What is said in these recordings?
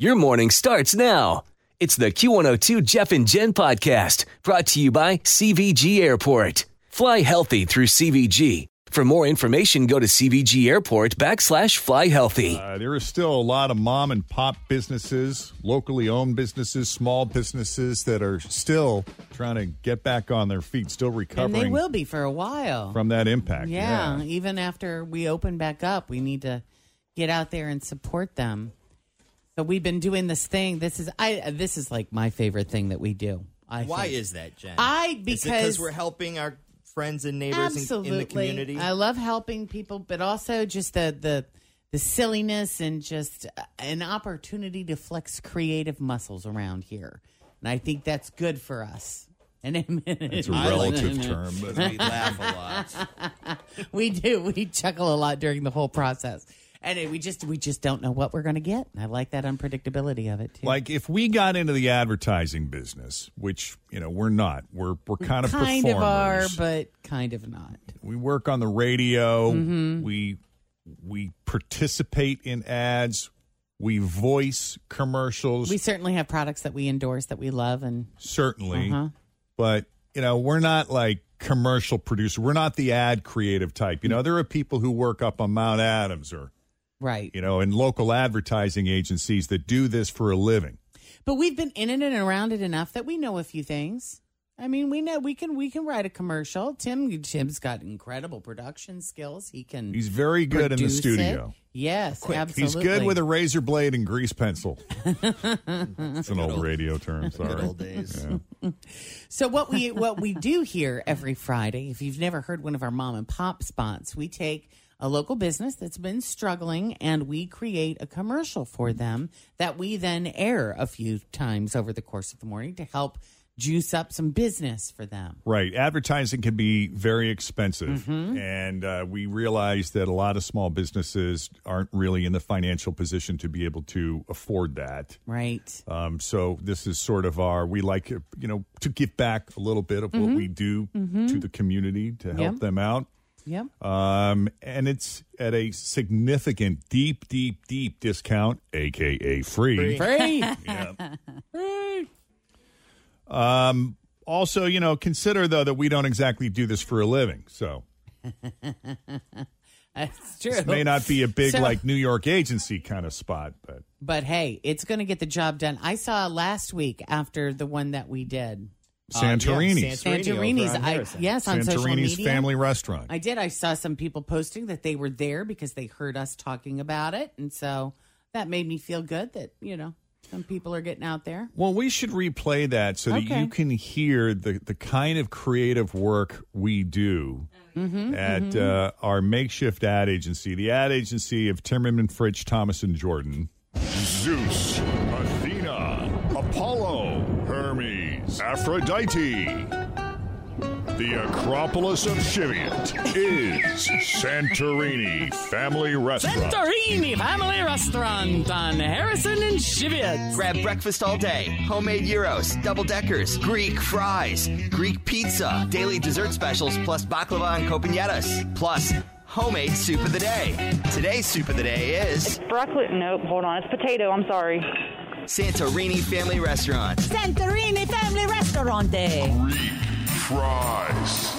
Your morning starts now. It's the Q102 Jeff and Jen podcast brought to you by CVG Airport. Fly healthy through CVG. For more information, go to CVG Airport backslash fly healthy. Uh, there are still a lot of mom and pop businesses, locally owned businesses, small businesses that are still trying to get back on their feet, still And recovering they will be for a while. from that impact. yeah, even after we open back up, we need to get out there and support them. So we've been doing this thing. This is I. This is like my favorite thing that we do. I Why think. is that, Jen? I- Is it because- we're helping our friends and neighbors in, absolutely in the community. I love helping people, but also just the the the silliness and just an opportunity to flex creative muscles around here. And I think that's good for us. And It's a relative term. But we laugh a lot. we do. We chuckle a lot during the whole process. And we just we just don't know what we're going to get. And I like that unpredictability of it too. like if we got into the advertising business, which you know we're not, we're we're kind of kind of are, performers. but kind of not. we work on the radio. Mm-hmm. We we participate in ads. We voice commercials. We certainly have products that we endorse that we love, and certainly. Uh-huh. But, you know, we're not like commercial producer. We're not the ad creative type. You know, there are people who work up on Mount Adams or, right. you know, in local advertising agencies that do this for a living. But we've been in it and around it enough that we know a few things. I mean, we know we can we can write a commercial. Tim Tim's got incredible production skills. He can. He's very good in the produce it. studio. Yes, He's absolutely. good with a razor blade and grease pencil. It's an old, radio term. Good Sorry. old days. So what we what we do here every Friday, if you've never heard one of our mom and pop spots, we take a local business that's been struggling and we create a commercial for them that we then air a few times over the course of the morning to help juice up some business for them. Right. Advertising can be very expensive. Mm-hmm. And uh, we realize that a lot of small businesses aren't really in the financial position to be able to afford that. Right. Um, so this is sort of our we like you know to give back a little bit of what we do to the community to help Mm-hmm. Yeah. them out. Yep. Um, and it's at a significant deep, deep, deep discount, aka free. Free. Um, also, you know, consider though that we don't exactly do this for a living, so That's true. it may not be a big So- like New York agency kind of spot, but But hey, it's going to get the job done. I saw last week after the one that we did. Santorini's, Santorini over Santorini's, on I, Harrison. yes, Uh, on social Santorini's media. family restaurant. I did. I saw some people posting that they were there because they heard us talking about it. And so that made me feel good that, you know, some people are getting out there. Well, we should replay that so that Okay. you can hear the, the kind of creative work we do at Uh, our makeshift ad agency, the ad agency of Timmerman, Fritch, Thomas, and Jordan. Zeus, Athena, Apollo, Hermes, Aphrodite. The Acropolis of Cheviot is Santorini Family Restaurant. Santorini Family Restaurant on Harrison and Cheviot. Grab breakfast all day. Homemade gyros, double deckers, Greek fries, Greek pizza, daily dessert specials, plus baklava and copinetas, plus homemade soup of the day. Today's soup of the day is Broccoli? Nope. Hold on. It's potato. I'm sorry. Santorini Family Restaurant. Santorini Family Restaurant Day. Greek fries.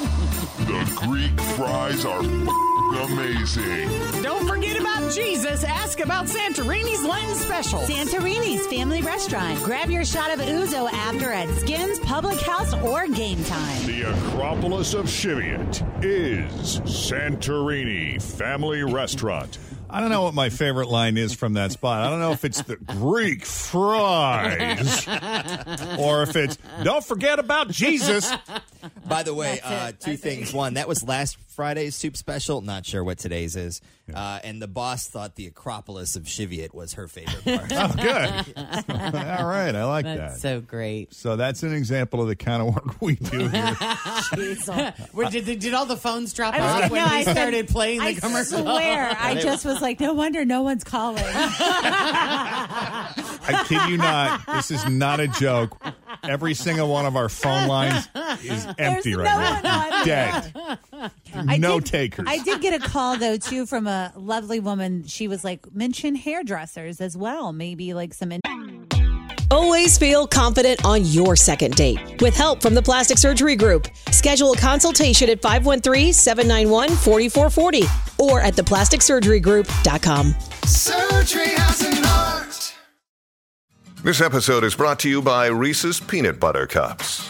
The Greek fries are f- amazing. Don't forget about Jesus. Ask about Santorini's Lent Special. Santorini's Family Restaurant. Grab your shot of Uzo after at Skins, Public House, or Game Time. The Acropolis of Cheviot is Santorini Family Restaurant. I don't know what my favorite line is from that spot. I don't know if it's the Greek fries or if it's don't forget about Jesus. By the way, uh, two things. One, that was last Friday's soup special. Not sure what today's is. Uh, and the boss thought the Acropolis of Cheviot was her favorite part. oh, good. All right. I like That's that. so great. So that's an example of the kind of work we do here. Where did, they, did all the phones drop I was off like, when no, we I said- started playing the I commercial? swear, I just was like, no wonder no one's calling. I kid you not. This is not a joke. Every single one of our phone lines is empty There's right no one now. on Dead. no takers. I did get a call though too from a lovely woman. She was like, mention hairdressers as well. Maybe like some. In- Always feel confident on your second date. With help from the Plastic Surgery Group, schedule a consultation at 513 791 4440 or at theplasticsurgerygroup.com. Surgery has an art. This episode is brought to you by Reese's Peanut Butter Cups.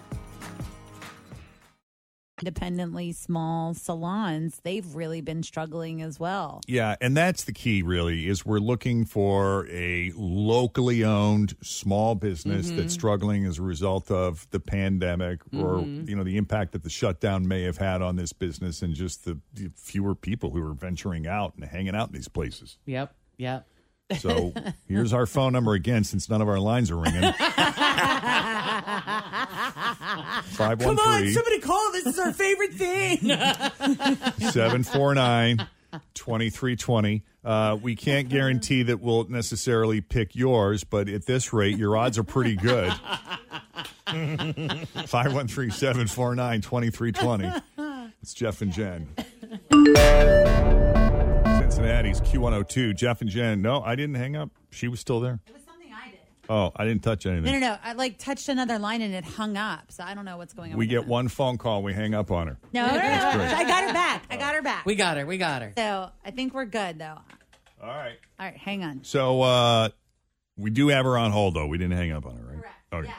independently small salons, they've really been struggling as well. Yeah, and that's the key really is we're looking for a locally owned small business Mhm. that's struggling as a result of the pandemic or Mhm. you know the impact that the shutdown may have had on this business and just the the fewer people who are venturing out and hanging out in these places. Yep. Yep. So here's our phone number again since none of our lines are ringing. Come on, 513 somebody call. This is our favorite thing. 749 2320. Uh, we can't guarantee that we'll necessarily pick yours, but at this rate, your odds are pretty good. 513 749 2320. It's Jeff and Jen. Cincinnati's Q102. Jeff and Jen. No, I didn't hang up. She was still there. It was something I did. Oh, I didn't touch anything. No, no, no. I like touched another line and it hung up, so I don't know what's going on. We with get one phone call, we hang up on her. that. no, no, no. That's great. no. I got her back. I got her back. we got her. We got her. So I think we're good though. All right. All right, hang on. So uh we do have her on hold though. We didn't hang up on her, right? Okay.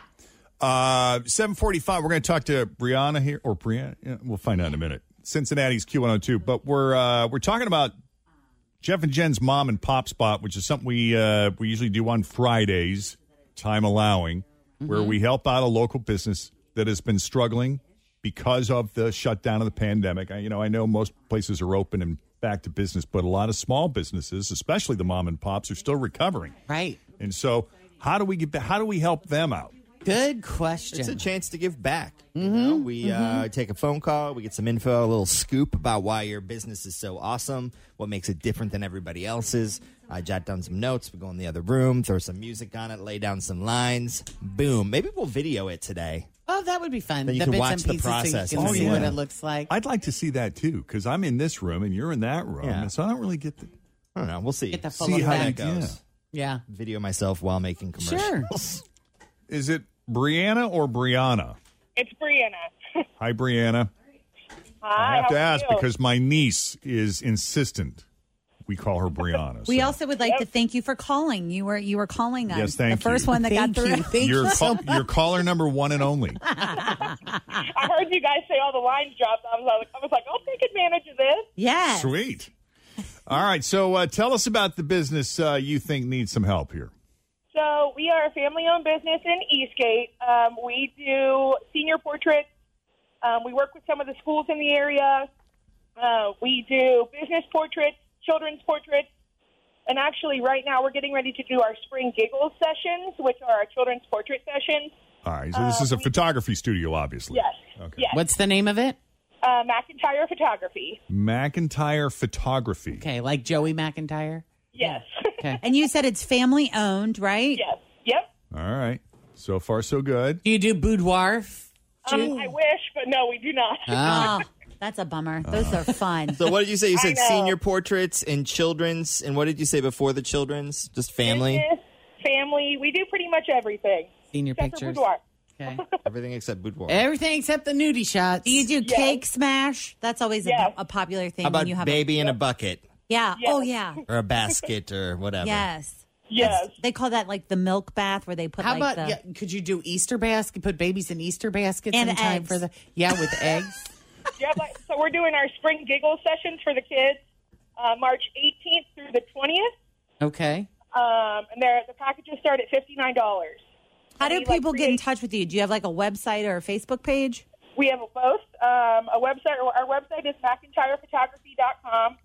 Uh seven forty five, we're gonna talk to Brianna here or Brianna yeah, we'll find out in a minute. Cincinnati's Q one oh two. But we're uh we're talking about Jeff and Jen's mom and pop spot, which is something we uh we usually do on Fridays, time allowing, where we help out a local business that has been struggling because of the shutdown of the pandemic. I, you know, I know most places are open and back to business, but a lot of small businesses, especially the mom and pops, are still recovering. Right. And so, how do we get? How do we help them out? Good question. It's a chance to give back. You Mm-hmm, know, we uh, take a phone call, we get some info, a little scoop about why your business is so awesome, what makes it different than everybody else's. I jot down some notes. We go in the other room, throw some music on it, lay down some lines. Boom. Maybe we'll video it today. Oh, that would be fun. Then you the can bits watch and the pieces process So you Oh, and can see see what it. it looks like. I'd like to see that too, because I'm in this room and you're in that room, Yeah. and so I don't really get the. I don't know. We'll see. Get the full see how that effect. goes. Yeah. Video myself while making commercials. Sure. Is it Brianna or Brianna? It's Brianna. Hi, Brianna. Hi. I have how to are ask you? because my niece is insistent. We call her Brianna. We also would like to thank you for calling. You were you were calling us. Yes, thank The first you. one that Thank got through. you. Thank you're, call, you're caller number one and only. I heard you guys say all the lines dropped. I was like, I was like, I'll take advantage of this. Yeah. Sweet. All right. So uh, tell us about the business uh, you think needs some help here. So we are a family-owned business in Eastgate. Um, we do senior portraits. Um, we work with some of the schools in the area. Uh, we do business portraits, children's portraits, and actually, right now we're getting ready to do our spring giggle sessions, which are our children's portrait sessions. All right. So this is a photography studio, obviously. Yes. Yes. What's the name of it? Uh, McIntyre Photography. McIntyre Photography. Okay, like Joey McIntyre. Yes. Okay. And you said it's family owned, right? Yes. Yep. All right. So far, so good. Do you do boudoir? Um, I wish, but no, we do not. Oh, that's a bummer. Those are fun. So what did you say? You said I know. senior portraits and children's, and what did you say before the children's? Just family, Business, family, we do pretty much everything. senior Except for boudoir. Okay. everything except boudoir. Everything except the nudie shots. Do you do cake smash? That's always a, a popular thing How about when you have baby a, in a bucket Yeah. Oh yeah. or a basket or whatever? Yes. Yes. That's- they call that like the milk bath where they put How like about the yeah, could you do Easter basket? Put babies in Easter baskets And in time eggs. for the yeah with eggs. yeah, but, so we're doing our spring giggle sessions for the kids, uh, March 18th through the 20th, Okay. um, and they're- the packages start at fifty nine dollars. How do people get in touch with you? Do you have like a website or a Facebook page? We have both um, a website. Our website is McIntyrePhotography.com,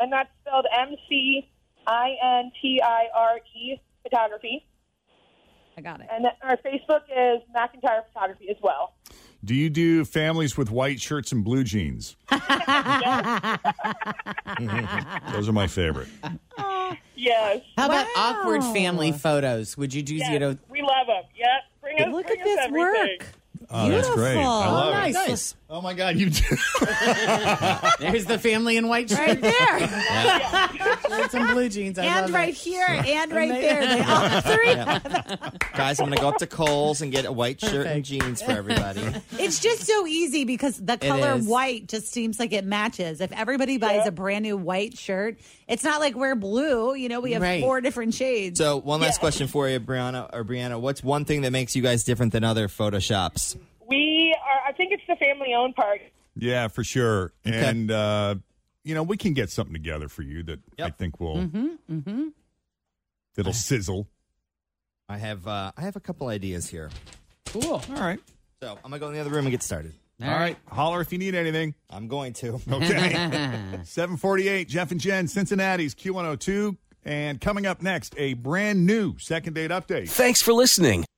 and that's spelled M C I N T I R E photography. I got it. And then our Facebook is McIntyre Photography as well. Do you do families with white shirts and blue jeans? Those are my favorite. Yes. How about awkward family photos? Would you do you know? We love them. Yep. Bring us, Look bring at this us everything. work. Uh, Oh, that's great. I Beautiful. love Nice. it. Oh my God, you do. There's the family in white Right shirts. there. Shirts and blue jeans. I love and it. right here. And right there. They all three. Guys, I'm gonna go up to Kohl's and get a white shirt and Perfect. jeans for everybody. It's just so easy because the color is. white just seems like it matches. If everybody buys a brand new white shirt, it's not like we're blue. You know, we have Right. four different shades. So one last question for you, Brianna or Brianna, what's one thing that makes you guys different than other photoshops? We are, I think it's the family owned part. Yeah, for sure. And uh, you know, we can get something together for you that I think will mm-hmm. that'll sizzle. I have uh, I have a couple ideas here. Cool. All right. So I'm gonna go in the other room and get started. All right. Holler if you need anything. I'm going to. Okay. 748, Jeff and Jen, Cincinnati's Q102. And coming up next, a brand new second date update. Thanks for listening